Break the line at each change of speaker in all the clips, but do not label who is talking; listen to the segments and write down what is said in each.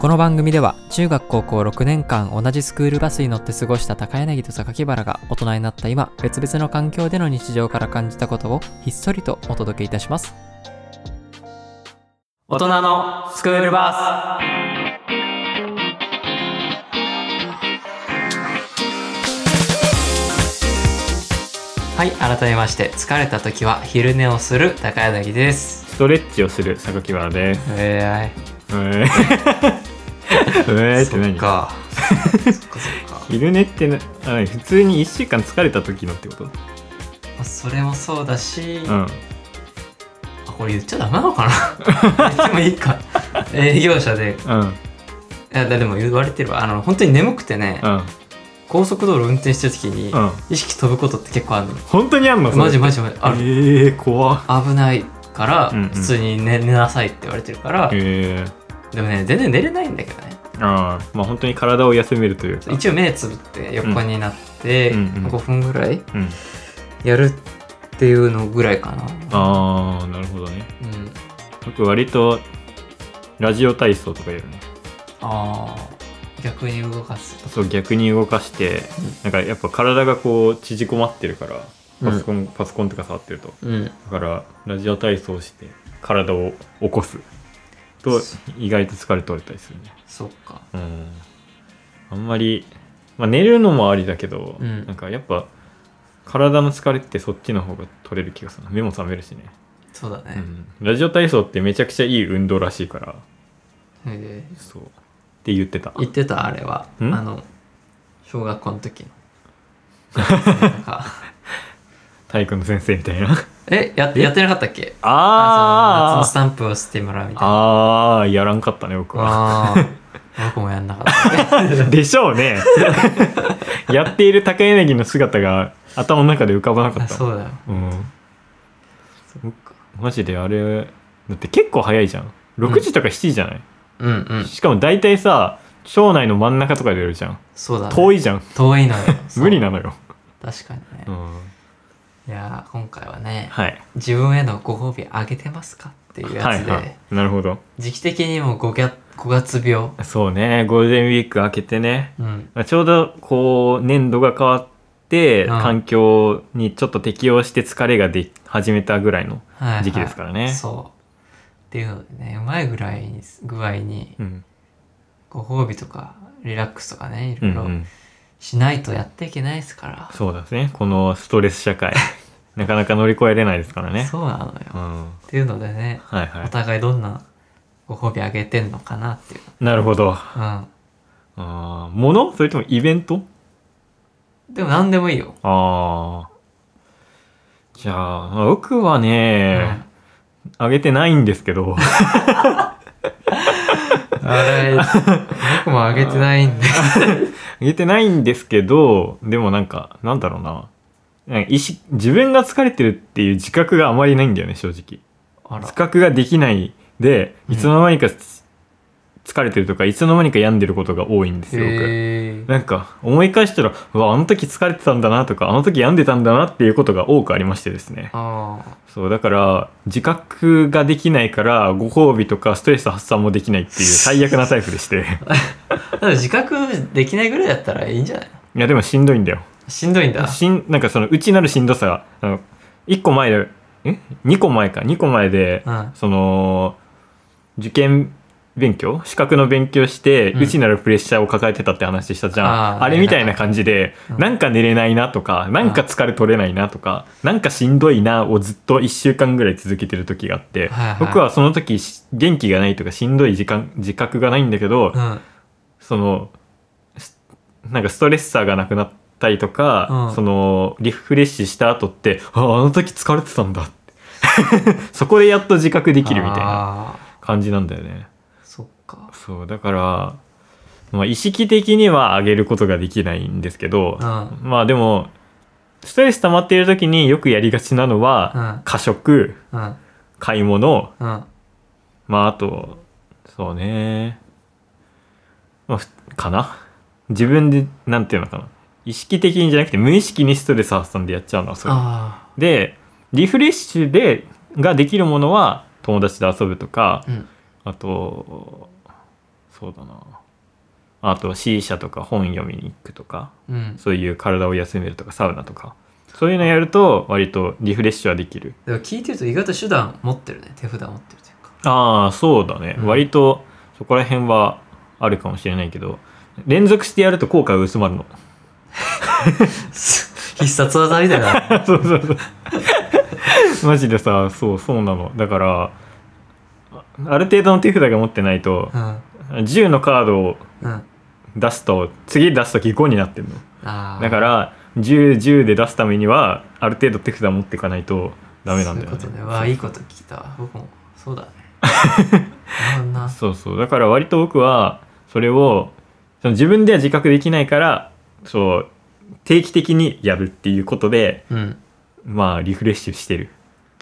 この番組では中学高校6年間同じスクールバスに乗って過ごした高柳と榊原が大人になった今別々の環境での日常から感じたことをひっそりとお届けいたします大人のスクールバスはい改めまして疲れた時は昼寝をする高柳です
ストレッチをする榊原です。
え
う えーうえーって
そっ
何
か そっかそっか
昼寝ってなあ何普通に1週間疲れた時のってことう
まあそれもそうだし、
ん。
あこれ言っちゃダメなのかな でもいいか営業者で
うん。うん。
いやでも言われてるわあの本当に眠くてね、高速道路運転してる時に、
うん。
意識飛ぶことって結構あるの
本当にあんの
マジ
マ
マジマジある、
ええー、怖っ
危ないから、
うんうん
普通に寝寝なさいって言われてるから、
えー。
でもね全然寝れないんだけどね
ああ、まあ本当に体を休めるというか。
一応目つぶって横になって、
うんうんうん
5分ぐらい
うん。
やるっていうのぐらいかな
ああ、なるほどね。
うん
僕割とラジオ体操とかやるね。
あー逆に動かす
そう逆に動かして、なんかやっぱ体がこう縮こまってるから、パソコン、パソコンとか触ってると。
うん
だからラジオ体操をして体を起こすと意外と疲れ取れたりするね
そっか
うんあんまり、まあ、寝るのもありだけど、
うん
なんかやっぱ体の疲れってそっちの方が取れる気がするな目も覚めるしね、
そうだね、
うん、ラジオ体操ってめちゃくちゃいい運動らしいから
え
そうって言ってた
ー言ってたあれはあ
ん
の小学校の時の なんか
体育の先生みたいな
えややってなかったっけあその夏の
あ
スタンプをしてもらうみたいな
ああーやらんかったね僕は
ああ僕もやんなかったね
でしょうねやっている高柳の姿が頭の中で浮かばなか
あ
った
そうだよ
うんマジであれだって結構早いじゃん6時とか7時じゃない、
うんうん
しかも大体さ町内の真ん中とかでやるじゃん
そうだ、ね、
遠いじゃん
遠いの よ
無理
な
なのよ、
確かにね、
うん、
いやー今回はね
はい
自分へのご褒美あげてますかっていう
は
やつ
い
で、
はいなるほど
時期的にも 5, 月5月病
そうねゴールデンウィーク明けてね
うん
まあちょうどこう年度が変わって
うん
環境にちょっと適応して疲れがで始めたぐらいの
はいはい
時期ですからね
そうっていうのでねうまいぐらいに具合に
うん
ご褒美とかリラックスとかねい
うん
ろ
う
いろ
ん
しないとやっていけないですから、
そうですねこのストレス社 会なかなか乗り越えれないですからね
そうなのよ、
う
っ
ん
ていうのでね
はいは
お互いどんなご褒美あげてんのかなっていう
い。なるほど。
うん
あーものそれともイベント
でも何でもいいよ、
ああ。じゃあ、僕は
うん
ね、あ、げてないんですけ ど、
あれ僕もあげてない んで
あげてないんですけど、でもなんか、なんだろうな。なんか意識自分が疲れてるっていう自覚があまりないんだよね、正直。
あら
自覚ができないで、
うん
いつの間にかつ疲れてるとか、いつの間にか病んでることが多いんですよ、僕。
へー
なんか思い返したらうわあの時疲れてたんだなとかあの時病んでたんだなっていうことが多くありましてですね
ああ
そうだから自覚ができないからご褒美とかストレス発散もできないっていう最悪なタイプでして
だから自覚できないぐらいだったらいいんじゃない
いやでもしんどいんだよ
しんどいんだ
しんなんかその内なるしんどさがあの1個前でえ2個前か2個前で
うん
その受験勉強資格の勉強して、
うん
内なるプレッシャーを抱えてたって話したじゃん
あ
あ
ー
れみたいな感じで、
うん
なんか寝れないなとかなんか疲れ取れないなとか、なんかしんどいなをずっと1週間ぐらい続けてる時があって、
はいはい
僕はその時し元気がないとかしんどい時間自覚がないんだけど、
うん
そのすなんかストレッサーがなくなったりとか、
うん
そのリフレッシュした後ってああの時疲れてたんだって そこでやっと自覚できるみたいな。
あ
感じなんだよね
ーそっか
そうだから、まあ、意識的には上げることができないんですけど、
う
まあでもストレス溜まっている時によくやりがちなのは、
うん
過食
うん
買い物
うん
まああとそうね、まあ、ふかな自分でなんていうのかな意識的にじゃなくて無意識にストレス発散でやっちゃうのはそれ
あ
でリフレッシュでができるものは友達で遊ぶとか、
あうん
あと、そうだなあとは C 社とか本読みに行くとか
うん
そういう体を休めるとかサウナとかそういうのやると割とリフレッシュはできる
でも聞いてると意外と手段持ってるね手札持ってるというか
ああそうだね、
うん
割とそこら辺はあるかもしれないけど連続してやると効果が薄まるの
必殺技みたいな
そうそうそうマジでさそうそうなのだからあある程度の手札が持ってないと
うん
10のカードを
うんあ
出すと次出す時5になってるの
あ
だから1010で出すためにはある程度手札持っていかないとダメなんだよね
そういうことねわあいいこと聞いたわ僕もそう だねなるほどな
そうそうだから割と僕はそれをその自分では自覚できないからそう定期的にやるっていうことで
うん
まあリフレッシュしてる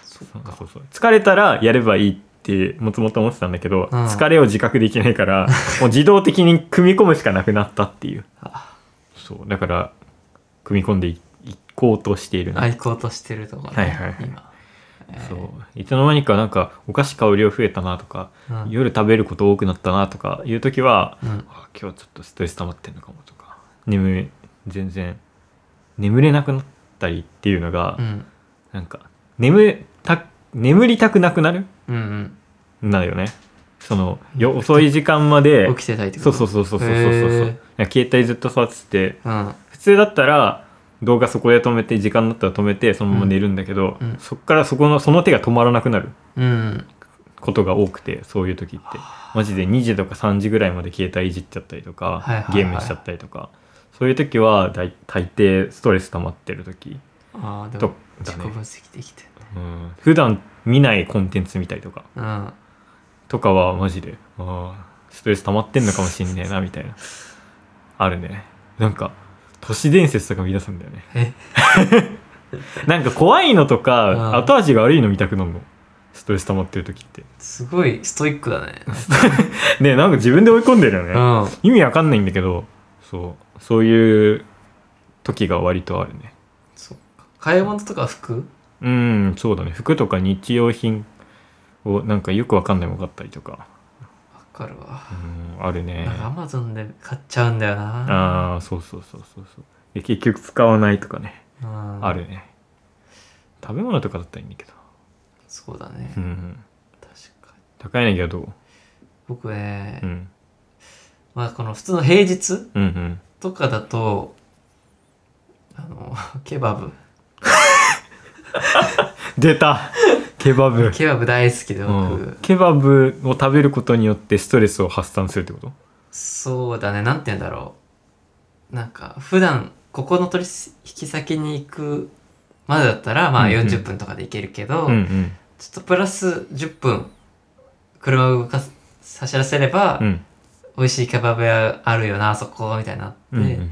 そう
そう
か
そうそう疲れたらやればいいってもともと思ってたんだけど、
うん
疲れを自覚できないから もう自動的に組み込むしかなくなったっていう
あ
そうだから組み込んでいいこうとしているな、
愛好としてるところ、ね、
はいはいはい
今、えー
そういつの間にかなんかお菓子買う量増えたなとか、
うん
夜食べること多くなったなとかいう時は
うん
あ今日ちょっとストレス溜まってんのかもとか眠い全然眠れなくなったりっていうのが、
うん
なんか眠た眠りたくなくなる
うん
なるよねそのよ遅い時間まで
うん起きてたいって
そ
こ
う
と
そうそうそうそうそう
へー
そう携帯ずっと触ってて
うん
普通だったら動画そこで止めて時間になったら止めてそのまま寝るんだけど、
うんうん
そっからそこのその手が止まらなくなる
うん
ことが多くてそういう時ってマジで2時とか3時ぐらいまで携帯いじっちゃったりと
は
か、
いはいはい
ゲームしちゃったりとかそういう時は大大抵ストレス溜まってる時、
ああで
と
も
だ
自己
ね
分析できてるね
うん、普段見ないコンテンツ見たりとか
うん
とかはマジであーストレス溜まってんのかもしんね えなみたいなあるねなんか都市伝説とか見出すんだよね
え
なんか怖いのと
うん
か後味が悪いの見たくなるのストレス溜まってる時って
すごいストイックだね
ねなんか自分で追い込んでるよね、
うん
意味わかんないんだけどそうそういう時が割とあるね
そうか買い物とか服
うんそうだね服とか日用品をなんかよくわかんないもの買ったりとか
わかるわ
うんあるね
なんかアマゾンで買っちゃうんだよな
ああそうそうそうそうそうで結局使わないとかね、
うん
あるね食べ物とかだったらいいんだけど
そうだね
うんうん
確かに
高柳はどう、
僕ね
うん、
まあこの普通の平日
うんうん
とかだとあの ケバブ
出 たケバブ、
ケバブ大好きで
うん
僕、
ケバブを食べることによってストレスを発散するってこと
そうだねなんて言うんだろうなんか普段ここの取引先に行くまでだったらまあ
うんうん
40分とかで行けるけど、
うんうん
ちょっとプラス10分車を動かす走らせれば、
うん
美味しいケバブ屋あるよなあそこみたいになって、
うんうんうん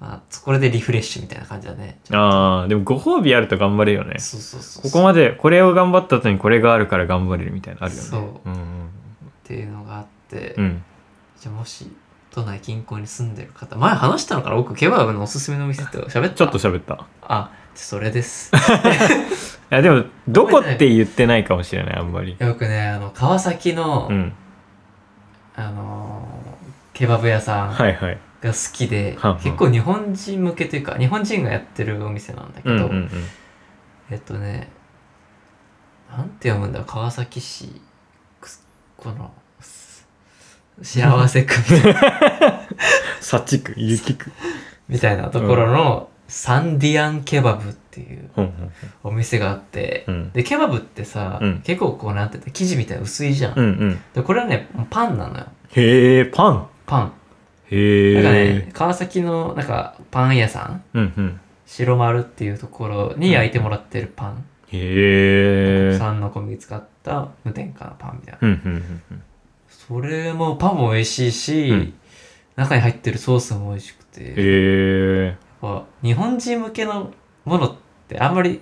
まあ、そこでリフレッシュみたいな感じだね
ああでもご褒美あると頑張れるよね
そうそうそう
ここまでこれを頑張った後にこれがあるから頑張れるみたいなのあるよね
そ
うん
っていうのがあって、
うんうん
じゃあもし都内近郊に住んでる方前話したのかな僕ケバブのおすすめの店って喋った
ちょっと喋ったい
あそれです
やでもどこって言ってないかもしれないあんまり
よくねあの川崎の、
うん
あのーケバブ屋さんが
はいはい
好きで、
はんはん
結構日本人向けというか日本人がやってるお店なんだけ
うんう
ど、
んうん
えっとね、なんて読むんだろう川崎市、くすこの、す幸せ区みた いな
さちくゆきく
みたいなところの、サンディアンケバブっていう
うんうん
お店があって、
うん
で、ケバブってさ、
うん
結構こうなんて言った生地みたいな薄いじゃん。
うんうん
で、これはね、パンなのよ。
へえパン
パン。
へえ
なんかね、川崎のなんかパン屋さん、
うんうん
白丸っていうところに焼いてもらってるパン、
へえ
さんの小麦使った無添加のパンみたいな。
うんうんうんうん
それもパンも美味しいし、
うん
中に入ってるソースも美味しくて、やっ
へえ
ぱ日本人向けのものってあんまり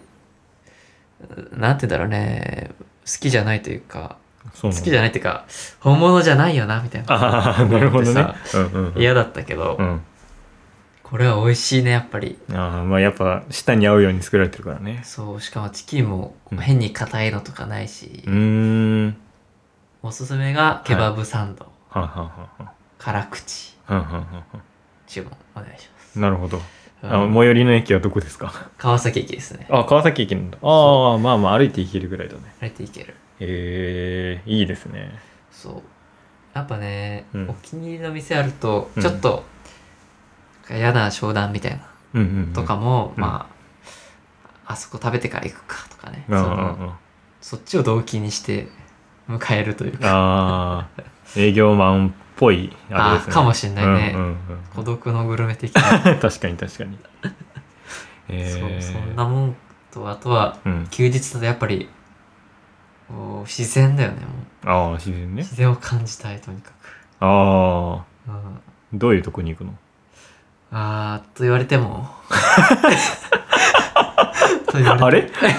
うなんて言うんだろうね好きじゃないというか
そう
好
なん
きじゃないというか本物じゃないよなみたいな
ああなるほどねうんうんうん
嫌だったけど、
うん
これは美味しいねやっぱり
ああまあやっぱ舌に合うように作られてるからね
そうしかもチキンも
うん
変に硬いのとかないし、
うーん
おすすめがケバブサンド、
はんはんはんはん
辛口
はんはんはんは
注文お願いします
んなるほどあ
うん
最寄りの駅はどこですか
川崎駅ですね
あ川崎駅なんだああまあまあ歩いて行けるぐらいだね
あれていける
へえいいですね
そうやっぱね、
うん
お気に入りの店あると
うん
ちょっと、嫌な商談みたいな
うんうん、うん、
とかも、
うん
まああそこ食べてから行くかとかね、
うんうんう
その
ん
そっちを動機にして迎えるというか
ああ営業マンっぽいあれですね
あーかもしんないね
うんうんうん
孤独のグルメ的な、
確かに確 かにえー、
そうそんなもんとあとは
うん
休日だとやっぱりこう自然だよねもう
ああ自然ね
自然を感じたいとにかく、
ああ
うん、
どういうとこに行くの
あーと言われてもと言われて
あれ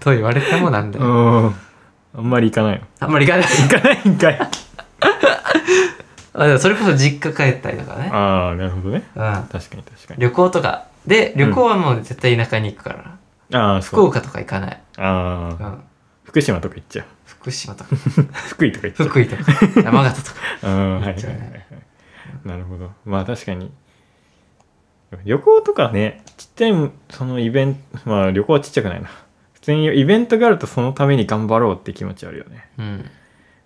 と言われてもなんだ
う
よ、
んあんまり行かないの
あんまり行かない
行かないんかい
あでもそれこそ実家帰ったりとかね、
ああなるほどね
うん、
確かに確かに
旅行とかで旅行はもう絶対田舎に行くから、
ああ
福
そう
岡とか行かない、
あ
う
あ
ん、
福島とか行っちゃう
福島 とか
福井とか行っちゃう
福井とか山形とか
うん
行
はいは
っ
い
ち
は
ゃう
い
ね
はいなるほどまあ確かに旅行とかねちっちゃいそのイベントまあ旅行はちっちゃくないな普通にイベントがあるとそのために頑張ろうって気持ちあるよね、
うん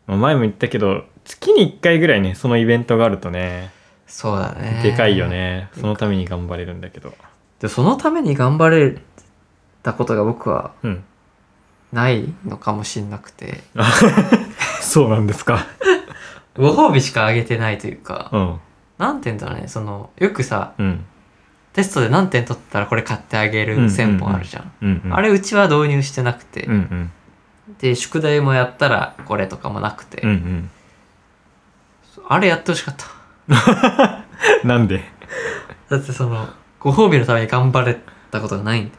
まあ、前も言ったけど月に1回ぐらいねそのイベントがあるとね
そうだね
でかいよねそのために頑張れるんだけど
でそのために頑張れたことが僕は
うん
ないのかもしんなくて
そうなんですか
ご褒美しかあげてないというか、
うん
何点だろうねそのよくさ
うん
テストで何点取ったらこれ買ってあげる1000本あるじゃん,、
うんうん
あれうちは導入してなくて、
うんうん
で宿題もやったらこれとかもなくて、
うんうん
あれやってほしかった
なんで
だってそのご褒美のために頑張れたことがないんだ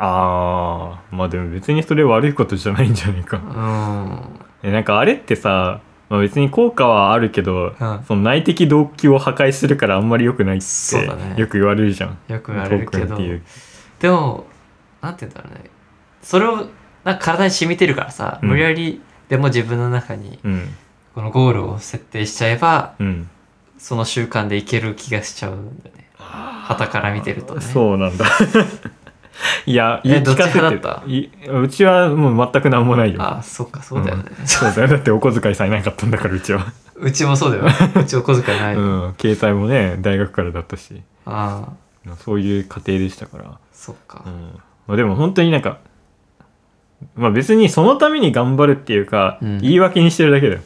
ああまあでも別にそれ悪いことじゃないんじゃないか
うー
えなんかあれってさ、まあ、別に効果はあるけど、
うん
その内的動機を破壊するからあんまり良くないって
そうだね
よく言われるじゃん。
んよく言われるけ
トークン
ど
っていう。
でもなんて言うんだろうねそれをなんか体に染みてるからさ、
うん
無理やりでも自分の中に
うん。
このゴールを設定しちゃえば
うん。
その習慣でいける気がしちゃうんだよね傍から見てるとねう
そうなんだ。 いや、
え
言い聞かせて
どっち派だった
いうちはもう全く何もないよ。
あそっかそうだよね、
そうだよ。だってお小遣いさえなかったんだから、うちは。
うちも そうだようちお小遣いない、あ
うん。携帯もね、大学からだったし、
あ
そういう家庭でしたから。
そっか、
うんまあ、でも本当になんか、まあ、別にそのために頑張るっていうか、
うん
言い訳にしてるだけだよ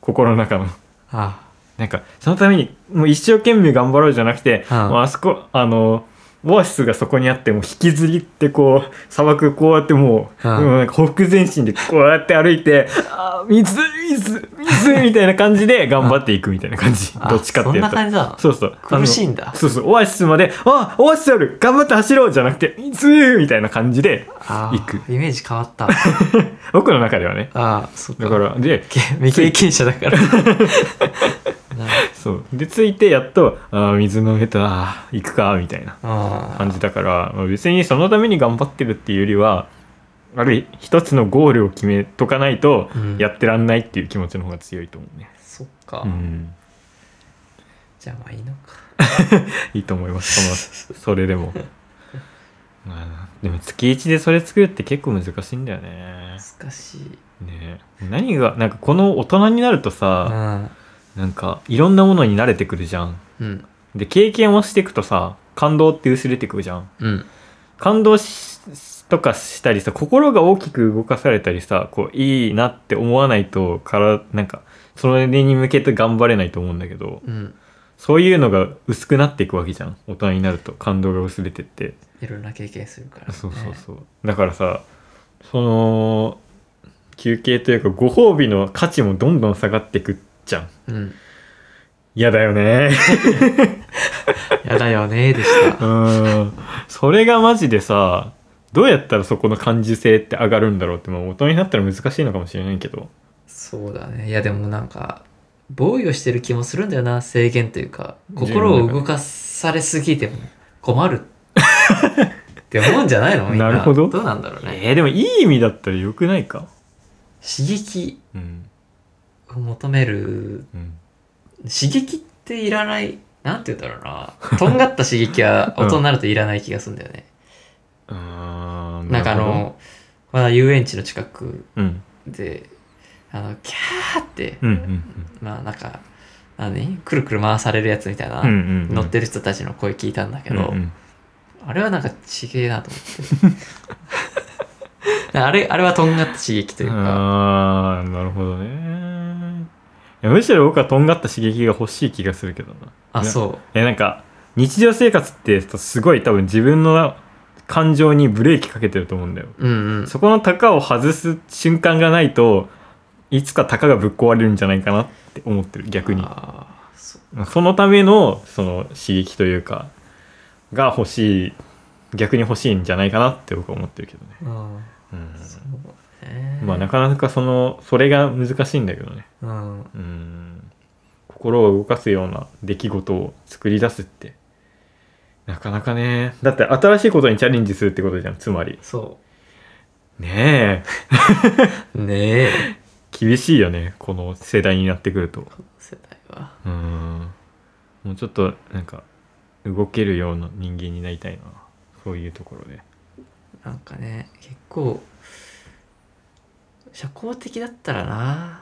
心の中の
あ
なんかそのためにもう一生懸命頑張ろうじゃなくて、
うん
もうあそこあのオアシスがそこにあってもう引きずりってこう砂漠こうやってもう,、
うん
もうなんか北前進でこうやって歩いて「 あー水水水」みたいな感じで頑張っていくみたいな感じ、
あ
どっちかって
そん
いう
な
と
感じだ
そうそう
苦しいんだ
あのそうそうオアシスまで「あオアシスある頑張って走ろう」じゃなくて「いつー」みたいな感じで
ああ
行く
イメージ変わった
僕の中ではね
ああそっか
だからで
け未経験者だ からな
そうで着いてやっと「あー水の上とあー行くか」みたいな
あ
感じだからまあ別にそのために頑張ってるっていうよりはある一つのゴールを決めとかないと
うん
やってらんないっていう気持ちの方が強いと思うね、
そっか、
うん、
じゃあまあいいのか
いいと思いますそのそれでも まあでも月1でそれ作るって結構難しいんだよね
難しい
ねえ何がなんかこの大人になるとさ、
あ
なんかいろんなものに慣れてくるじゃん
うん
で経験をしていくとさ感動って薄れてくるじゃん
うん
感動しとかしたりさ心が大きく動かされたりさこういいなって思わないとからなんかそれに向けて頑張れないと思うんだけど
うん
そういうのが薄くなっていくわけじゃん大人になると感動が薄れてって
いろんな経験するから、ね、
そうそうそうだからさその休憩というかご褒美の価値もどんどん下がってくじゃん
う、うん、
嫌だよ ね
やだよねーでし
う
た
ーんそれがマジでさどうやったらそこの感受性って上がるんだろうって、まあ、大人になったら難しいのかもしれないけど
そうだねいやでもなんか防御してる気もするんだよな制限というか心を動かされすぎても困るって思うんじゃないのみんな
なるほど
どうなんだろうね
えー、でもいい意味だったらよくないか
刺激
うん
を求める
うん
刺激っていらないなんて言うんだろうなとんがった刺激は大人になるといらない気がするんだよね、
あー
なんかあ
るほ
のまだ遊園地の近く
どうん
であのキャーって、
うんうん
まあなんか何くるくる回されるやつみたいな、
うんうんうんうん
乗ってる人たちの声聞いたんだけど、
うんうん
あれはなんかちげえなと思って。 あれ、あれはとんがった刺激というか。
ああなるほどねいやむしろ僕はとんがった刺激が欲しい気がするけどな
あ、
う
そ
えなんか日常生活ってすごい多分自分の感情にブレーキかけてると思うんだよ
う。うんうん。
そこの高を外す瞬間がないといつか高がぶっ壊れるんじゃないかなって思ってる逆に
あーそう
そのためのその刺激というかが欲しい逆に欲しいんじゃないかなって僕は思ってるけどね、
うん
うん
そうね。
まあなかなかそのそれが難しいんだけどね
うん。
うん心を動かすような出来事を作り出すってなかなかねだって新しいことにチャレンジするってことじゃんつまり
そ
ねえ
う。ねえ。
厳しいよねこの世代になってくると
世代は。
うんもうちょっとなんか動けるような人間になりたいなそういうところで
なんかね、結構、社交的だったら な。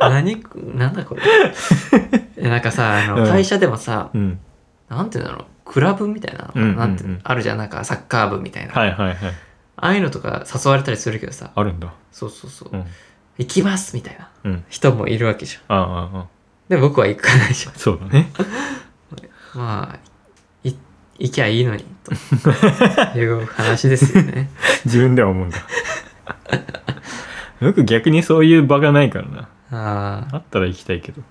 何、なんだこ れ。えなんかさ、あの
うん
会社でもさ、
うん
なんていうんだろう、クラブみたいな、
うんうんうん
なんていうのあるじゃん、なんかサッカー部みたいな。
はいはいはい
ああいうのとか誘われたりするけどさ、
あるんだ
そうそうそう、
うん
行きますみたいな
うん
人もいるわけじゃん。
ああああ
で、僕は行かないじゃ
そうだね
ん。まあ、い行きゃいいのに、 という話ですよね。
自分では思うんだ よく逆にそういう場がないからな
ああ、
あったら行きたいけど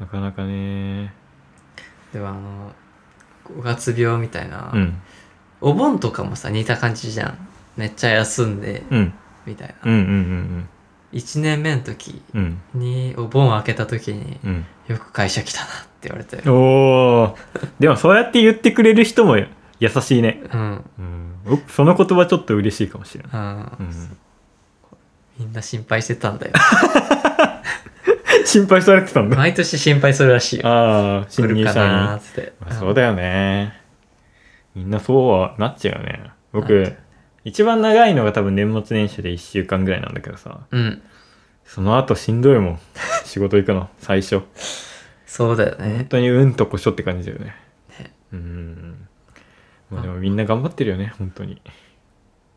なかなかね
ではあの、五月病みたいな、
うん
お盆とかもさ、似た感じじゃん。めっちゃ休んで、
うん
みたい
うんう
な。
ん
一年目の時
うんうん
に、お盆開けた時に、
うん
よく会社来たなって言われて
う。んおーでもそうやって言ってくれる人も優しいね
うん、
うん僕その言葉ちょっと嬉しいかもしれない、
うん
う、ん、
みんな心配してたんだよ。
心配されてたんだ
毎年心配するらしいよ。
ああ
来
新入
る
社
か
員
なーっつって。
まあそうだよねみんなそうはなっちゃうよね
なっち
僕一番長いのが多分年末年始で1週間ぐらいなんだけどさ
うん。
その後しんど いもん仕事行くの最初
そうだよ
本
ね。
当にうんとこしょって感じだよね
ね
うんまあでもみんな頑張ってるよね本当に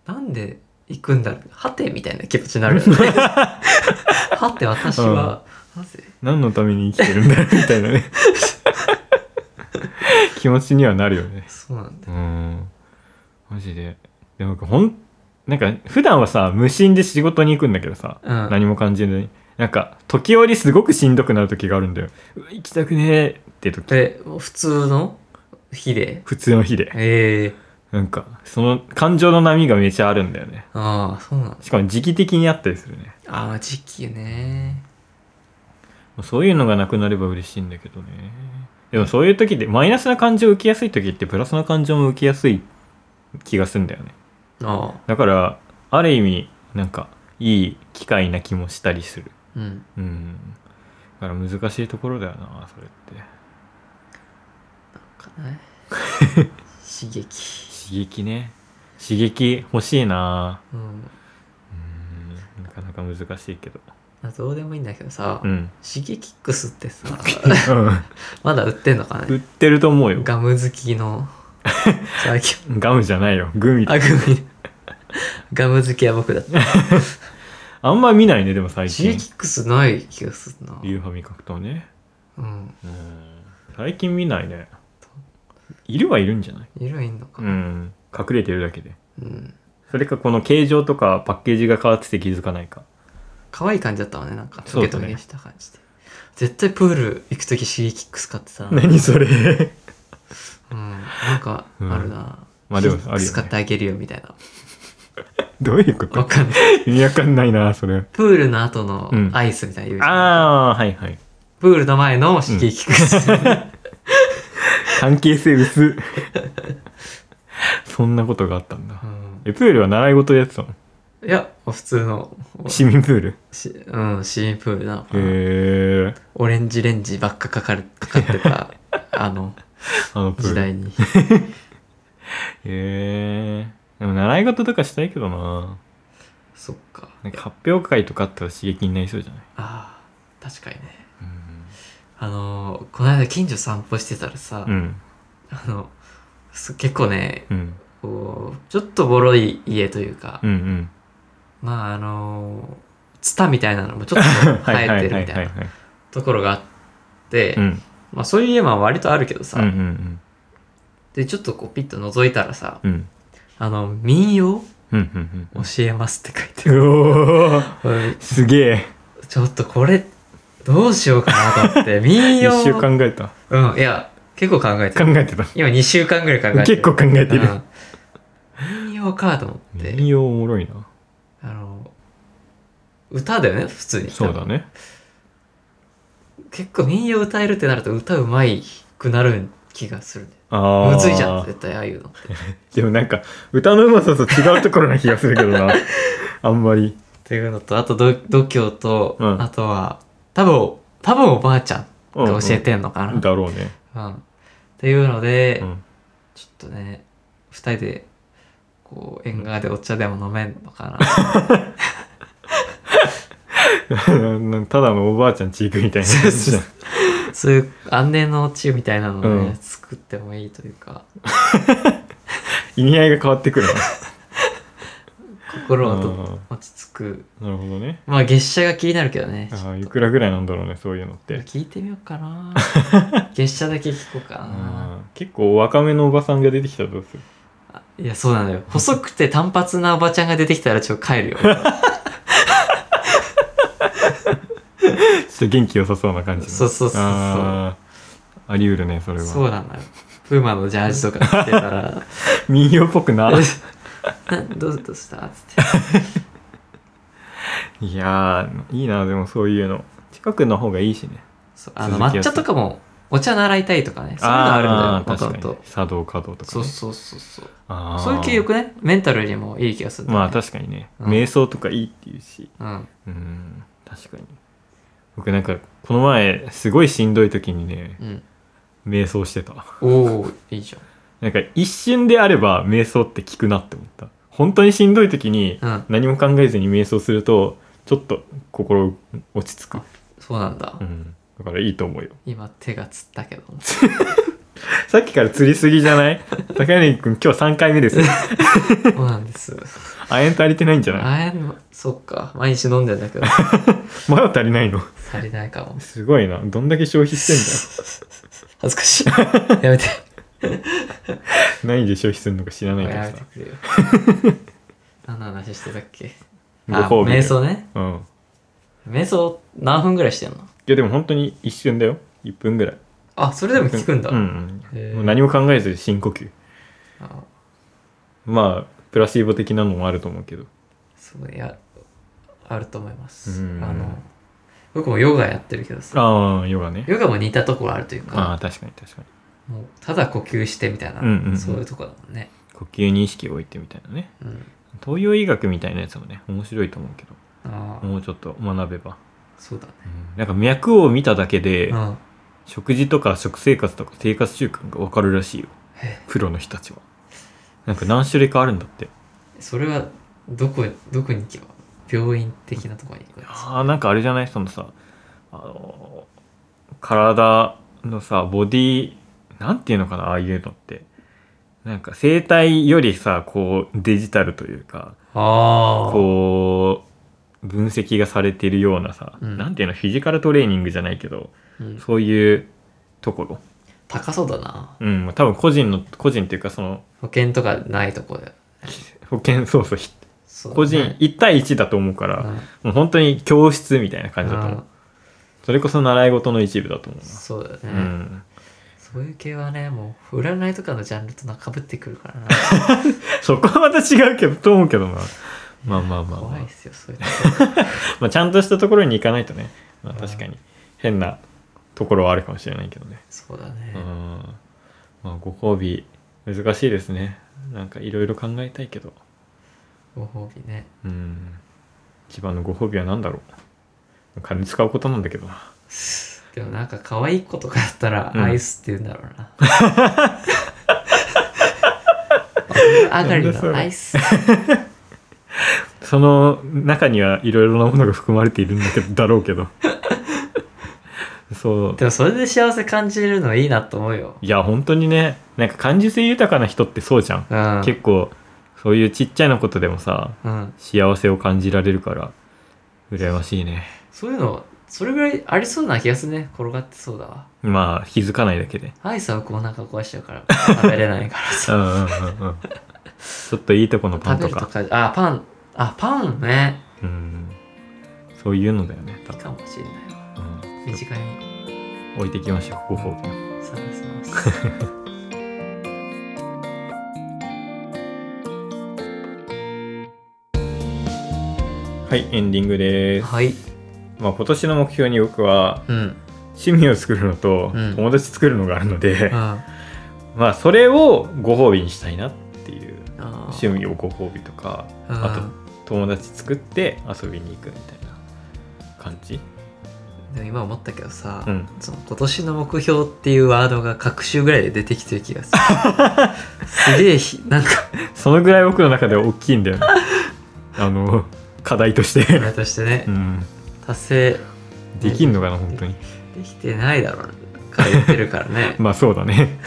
なんで行くんだろう。はてみたいな気持ちになるよ ね。はて私は、なぜ
何のために生きてるんだよみたい なね気持ちにはなるよね
そうなんだ
う
よ。
んマジででも僕ほんなんか普段はさ無心で仕事に行くんだけどさ、
うん
何も感じずになんか時折すごくしんどくなる時があるんだようわ行きたくねえって時
で、普通の日で。
普通の日で
ええ
なんかその感情の波がめちゃあるんだよね
ああ、そうなんだ。
しかも時期的にあったりするね
ああ、時期ね。
そういうのがなくなれば嬉しいんだけどねでもそういう時でマイナスな感情を受けやすい時ってプラスな感情も受けやすい気がするんだよね
ああ、
だからある意味なんかいい機会な気もしたりする
うん。
うんだから難しいところだよなそれって
か な刺激。
刺激ね刺激欲しいな
うん。
うんなかなか難しいけど
まあどうでもいいんだけどさ、
うん
シゲキックスってさ、
う
まだ売ってんのかね
ん売ってると思うよ
ガム好き の最近
ガムじゃないよグミ
あグミガム好きは僕だった
あんま見ないねでも最
シゲ
近
キックスない気がするな
夕飯味覚とね
うん
うん最近見ないねいるはいるんじゃない
色いんのか
うん隠れてるだけで
うん
それかこの形状とかパッケージが変わってて気づかないか
可愛い感じだったわねなんかト
そう
ゲト
だね
ゲした感じで絶対プール行く時シゲキックス買ってたな
何それ
うんなんかあるな
まあでも
シゲキッ
ある
ク
よ
ス買って
ね
あげるよみたいな
どういうこと
わかんない
意味わかんないなそれ
プールの後の
うん
アイスみたいな言うじゃん
ああはいはい
プールの前のシゲキックス
関係性薄そんなことがあったんだ
うん
えプールは習い事でやってたの
いや、普通の、
市民プール
しうん、市民プールなのかな。
へえ
オレンジレンジばっかかかるかかって たあの
あのプ
時
ールへ
代に
えでも習い事とかしたいけどな
そっか
なんか発表会とかあったら刺激になりそうじゃない、
あー確かにねあのーこの間近所散歩してたらさ、
うん、うん
あのす結構ね
うん
こうちょっとボロい家というか、
うんうん
まああのーツタみたいなのもち ょっと生えてるみたいな
はい
ところがあって、
うん
まあ、そういう家は割とあるけどさ、
うんうん
でちょっとこうピッと覗いたらさ
うんうん
「あの民謡
うんうん
教えます」って書 いて
うんうんおー
ある
すげえ
ちょっとこれ、どうしようかなと思 って、民謡。
一週考えた
うん、いや、結構考えて
考
る。
えてた
今2週間ぐらい考えてる。
結構考えてる
うん民謡かと思って
民。謡おもろいな
あの、歌だよね、普通に。
そうだ。ね
結構民謡歌えるってなると歌うまいくなる気がする。
ああ
むずいじゃん、絶対ああいうのって。
でもなんか歌のうまさと違うところな気がするけど なあんまり
っていうのと、あとど度胸と、
うん
あとは、多分、多分おばあちゃんが教えてんのかな。
うんうんだろうね、
うんっていうので、
うん、
ちょっとね、二人で、こう、縁側でお茶でも飲めんのか
ただのおばあちゃんチ ークみたいな
そう
感じ
そ
じ
う
ゃん
な。 そういう安寧の地みたいなのをね、
うん
作ってもいいというか、
意味合いが変わって くる
心がと
うん
落ち着く。
ななるほどね
まあ、月謝が気になるけどね。ち
あ
ょ
あ
っ
い
と
くらぐらいなんだろうねそういうのって
聞いてみようか な。月謝だけ聞こうかな。
うん結構若めのおばさんが出てきたらどうする
あいや、そうなのよ。細くて単発なおばちゃんが出てきたらちょっと帰 るよ。
ちょっと元気良さそうな感じの
そうそうそうそう
あーあり得るねそれは
そうなのよ。プーマのジャージとか着てた ら、
民謡っぽくな
などうどうしたつって。
いやーいいなでもそういうの近くの方がいいしね
そうあの
続きや
抹
すい
茶とかもお茶習いたいとかねそういうのあるんだよ
ー
もとも
確かに
と
茶道稼働とか、
そ
ね、
うそうそうそう
あー
そういう系よくねメンタルにもいい気がするんだよ
ま
ね、
あ確かにね、
うん
瞑想とかいいっていうし
うん
うん確かに僕なんかこの前すごいしんどい時にね
うん
瞑想してた
おおいいじ
なんか一瞬であれば瞑想って効くなって思った本当にしんどい時に
ゃんうん
何も考えずに瞑想するとちょっと心落ち着く、
そうなんだ、
うん、だからいいと思うよ
今手がつったけど
さっきから釣りすぎじ ゃない高柳君今日3回目ですよ
そうなんです
亜鉛足りてないんじゃない
あえのそっか毎日飲んでんだけど
まだ足りないの
足りないかも
すごいなどんだけ消費してんだよ
恥ずか しいやめて
何で消費するのか知らないけど
やめて
さ。
くれよ何の話してたっけ
ご
あ
褒美
瞑想ね
うん。い
瞑想何分ぐらいしてんの
やでも本当に一瞬だよ。1分ぐらい。
あそれでも聞くんだ、
うん
へー
うん。もう何も考えず深呼吸。
あ
まあ、プラシーボ的なのもあると思うけど。
そういやあると思います、
うん
あの僕もヨガやってるけどさ
ああ、ヨガね。
ヨガも似たところあるという
ああ、
か
確かに確かに。
もうただ呼吸してみたいな、
うんうんうん
そういうとこだもんね、
呼吸に意識を置いてみたいなね。
うん、
東洋医学みたいなやつもね、面白いと思うけ
ああ、
ど。もうちょっと学べば。
そうだね
なんか脈を見ただけで、
うん
食事とか食生活とか生活習慣がわかるらしいよ。
へ
プロの人たちは。なんか何種類かあるんだって。
それはどこどこに行けば病院的なところに行くんですか
あーなんかあれじゃないそのさあのー体のさボディなんていうのかなああいうのってなんか生体よりさこうデジタルというか
あー
こう分析がされているようなさ、
うん
なんていうのフィジカルトレーニングじゃないけど
うん、
そういうところ
高そうだな
うん多分個人の個人っていうかその
保険とかないとこだよ
保健操作ひ
そう
個人1対1だと思うから、
うん
もう本当に教室みたいな感じだと思う、
うん
それこそ習い事の一部だと思うな
そうだよね、
うん
そういう系はねもう占いとかのジャンルとかぶってくるからな
そこはまた違うけど、と思うけどな。まあ まあまあ、ま
怖い
あ
っ、すよそういう
まあちゃんとしたところに行かないとね。まあ
うん
確かに、変なところはあるかもしれないけどね。
そうだね
うん。まあご褒美、難しいですね。なんかいろいろ考えたいけど。
ご褒美ね
うん一番のご褒美は何だろう金使うことなんだけどな
でもなんか可愛い子とかだったら
うん
アイスって言うんだろう な、あ上がりのアイス
その中にはいろいろなものが含まれているんだけどだろう けどそう
でもそれで幸せ感じれるのいいなと思うよ、
いや本当にねなんか感受性豊かな人ってそうじゃん、
うん、
結構そういうちっちゃなことでもさ
うん、
幸せを感じられるから羨ましいね
そういうのそれぐらいありそうな気がするね転がってそうだわ
まあ気づかないだけで
アイスはこうお腹壊しちゃうから食べれないから
う
さ
んうんうんうんちょっといいとこ のパン
食べ
と
る
か
とかあパンあパンね
うんそういうのだよね多
いい
分
かもしれないわ
うん
短いに
置いていきましょうご褒美を
探します
はいエンディングです、
はい
まあ、今年の目標に僕は
うん
趣味を作るのと
うん
友達作るのがあるので、
うん
まあそれをご褒美にしたいなっていう
あ
趣
ー
味をご褒美とか
うん
あ友達作って遊びに行くみたいな感じ
でも今思ったけどさ、
うん
その今年の目標っていうワードが各週ぐらいで出てきてる気がす るすげえひなんか
そのぐらい僕の中では大きいん だよねあの課題として
あれとしてね、
うん
達成
できんのかな本当に
できてないだろうなから言ってるからね
まあそうだ ね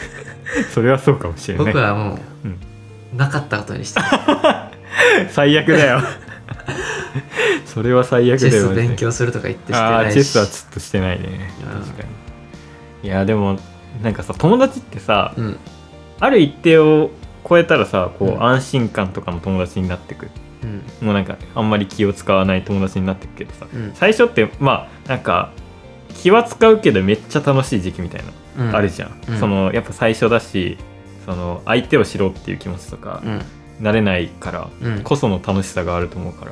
それはそうかもしれない
僕はもう、
うん
なかったことに して
最悪だよ それは最悪
チェ
だよ
ス勉強するとか言ってして
あ
な
あ
い
ー
し
チェスはちょっとしてないね
うん
確かにいやでもなんかさ友達ってさ
うん
ある一定を超えたらさこ
う
うん安心感とかの友達になってく
うん
もうなんかあんまり気を使わない友達になってくけどさ
うん
最初ってまあなんか気は使うけどめっちゃ楽しい時期みたいな、
うん
あるじゃん、
うん
そのやっぱ最初だしその相手を知ろうっていう気持ちとか、
うん
慣れないから
うん
こその楽しさがあると思うから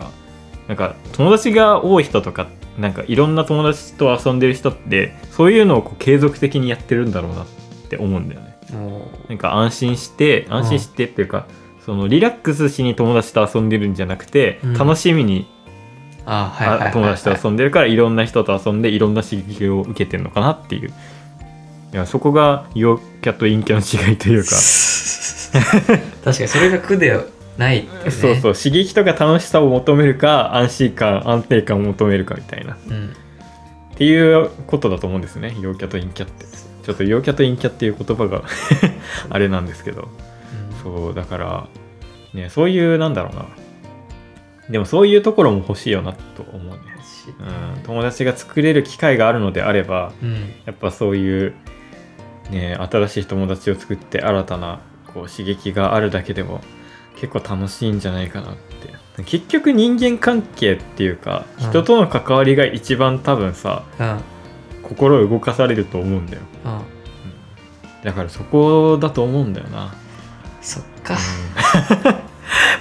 なんか友達が多い人とかなんかいろんな友達と遊んでる人ってそういうのをこう継続的にやってるんだろうなって思うんだよね
も
なんか安心して安心してっていうか、そのリラックスしに友達と遊んでるんじゃなくて、
うん
楽しみに
うあはいはいはい、は
あ
い、
友達と遊んでるからいろんな人と遊んでいろんな刺激を受けてるのかなっていういやそこが陽キャと陰キャの違いというか
確かにそれが苦ではないって、ね、
そうそう刺激とか楽しさを求めるか安心感安定感を求めるかみたいなっ
うん
ていうことだと思うんですね陽キャと陰キャってちょっと陽キャと陰キャっていう言葉が あれなんですけどそうだからねそういうなんだろうなでもそういうところも欲しいよなと思うねうん友達が作れる機会があるのであれば
うん、うん
やっぱそういう、ね、新しい友達を作って新たなこう刺激があるだけでも結構楽しいんじゃないかなって結局人間関係っていうか
うん
人との関わりが一番多分さ
うん
心を動かされると思うんだよ
うん
だからそこだと思うんだよな、
そっか、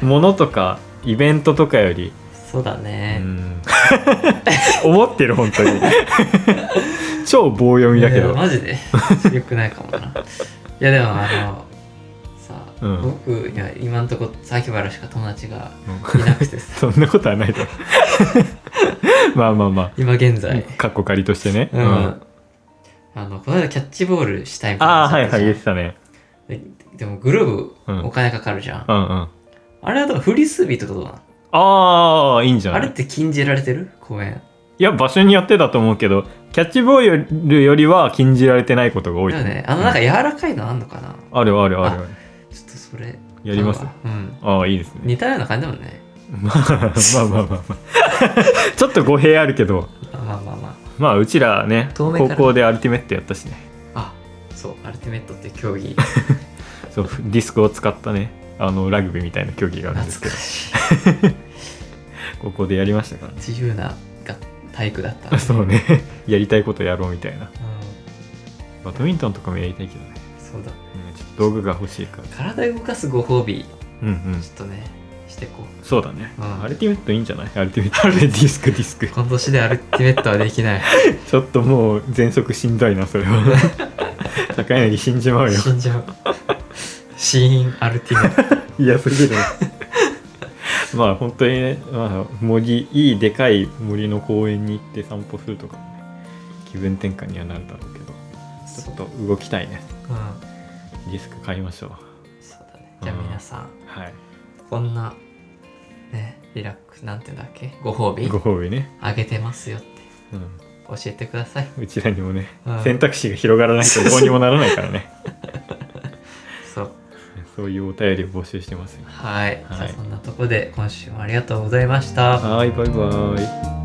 うん物とかイベントとかより、
そうだね
うん 思ってる本当 に超棒読みだけ
いや
ど
マジで よくないかもないやでもあのさ、
うん
僕いや今んとこ榊原しか友達が
うん
いなくてさ
そんなことは ないだろまあまあま
今現
あ、
在
かっこ借りとしてね。
うん、
あ
あのこの間キャッチボールしたいみたいな
あ
話
ー、はい
だ
はい、
っ
言ったてたね。
じゃんででもグルー
う
ブ
ん
お金かかるじゃん、
うんうん。あ
あれはでもフリスビーとかどうなの
あー、いいんじゃ
あ
な
れ
い
って禁じられてる公園
いや、場所によってだと思うけど、キャッチボールよりは禁じられてないことが多い
だ
と
よ
思う。
ねあのなんか柔らかいのあんのかな、
あるあるある。
ちょっとそれ
やります
買うわうん
ああ、いいですね。
似たような感じだもんね
まあまあまあまあまあ。ちょっと語弊あるけど、
あまあまあまあ
まあ、うちらね、
遠
高
目から
校でアルティメットやったしね。
あそうアルティメットって競技
そう、ディスクを使ったね、あの、ラグビーみたいな競技があるんですけ
懐
ど
か、しい
高校でやりましたからね。
自由なが体育だった、ね、
そうね。やりたいことやろうみたい
う
な。
ん
バドミントンとかもやりたいけどね。
そうだ
うんちょっと道具が欲しいから。
体動かすご褒美
うんうん
ちょ。っとねしていこう
そうだね。
うん
アルティメットいいんじゃないアルティメット。あれディスクディスク。
今年でアルティメットはできない
ちょっともう全速しんどいな、それは。 高柳死んじまうよ。
死んじゃう死因アルティメット
嫌すぎる。 まあ本当にね、まあ、森いいでかい森の公園に行って散歩するとかもね気分転換にはなるだろうけどちょっと動きたいね
うん、
リスク買いましょう
そうだねじゃあ皆さん
はい
こんなねリラックスなんていうんだっけご褒美
ご褒美ね、
あげてますよって教
う
えてください
ん、うちらにもね
うん
選択肢が広がらないとどうにもならないからね
そう
そういうお便りを募集してますよ
はい、
はい
じゃあそんなとこで今週もありがとうございました
はいバイバイ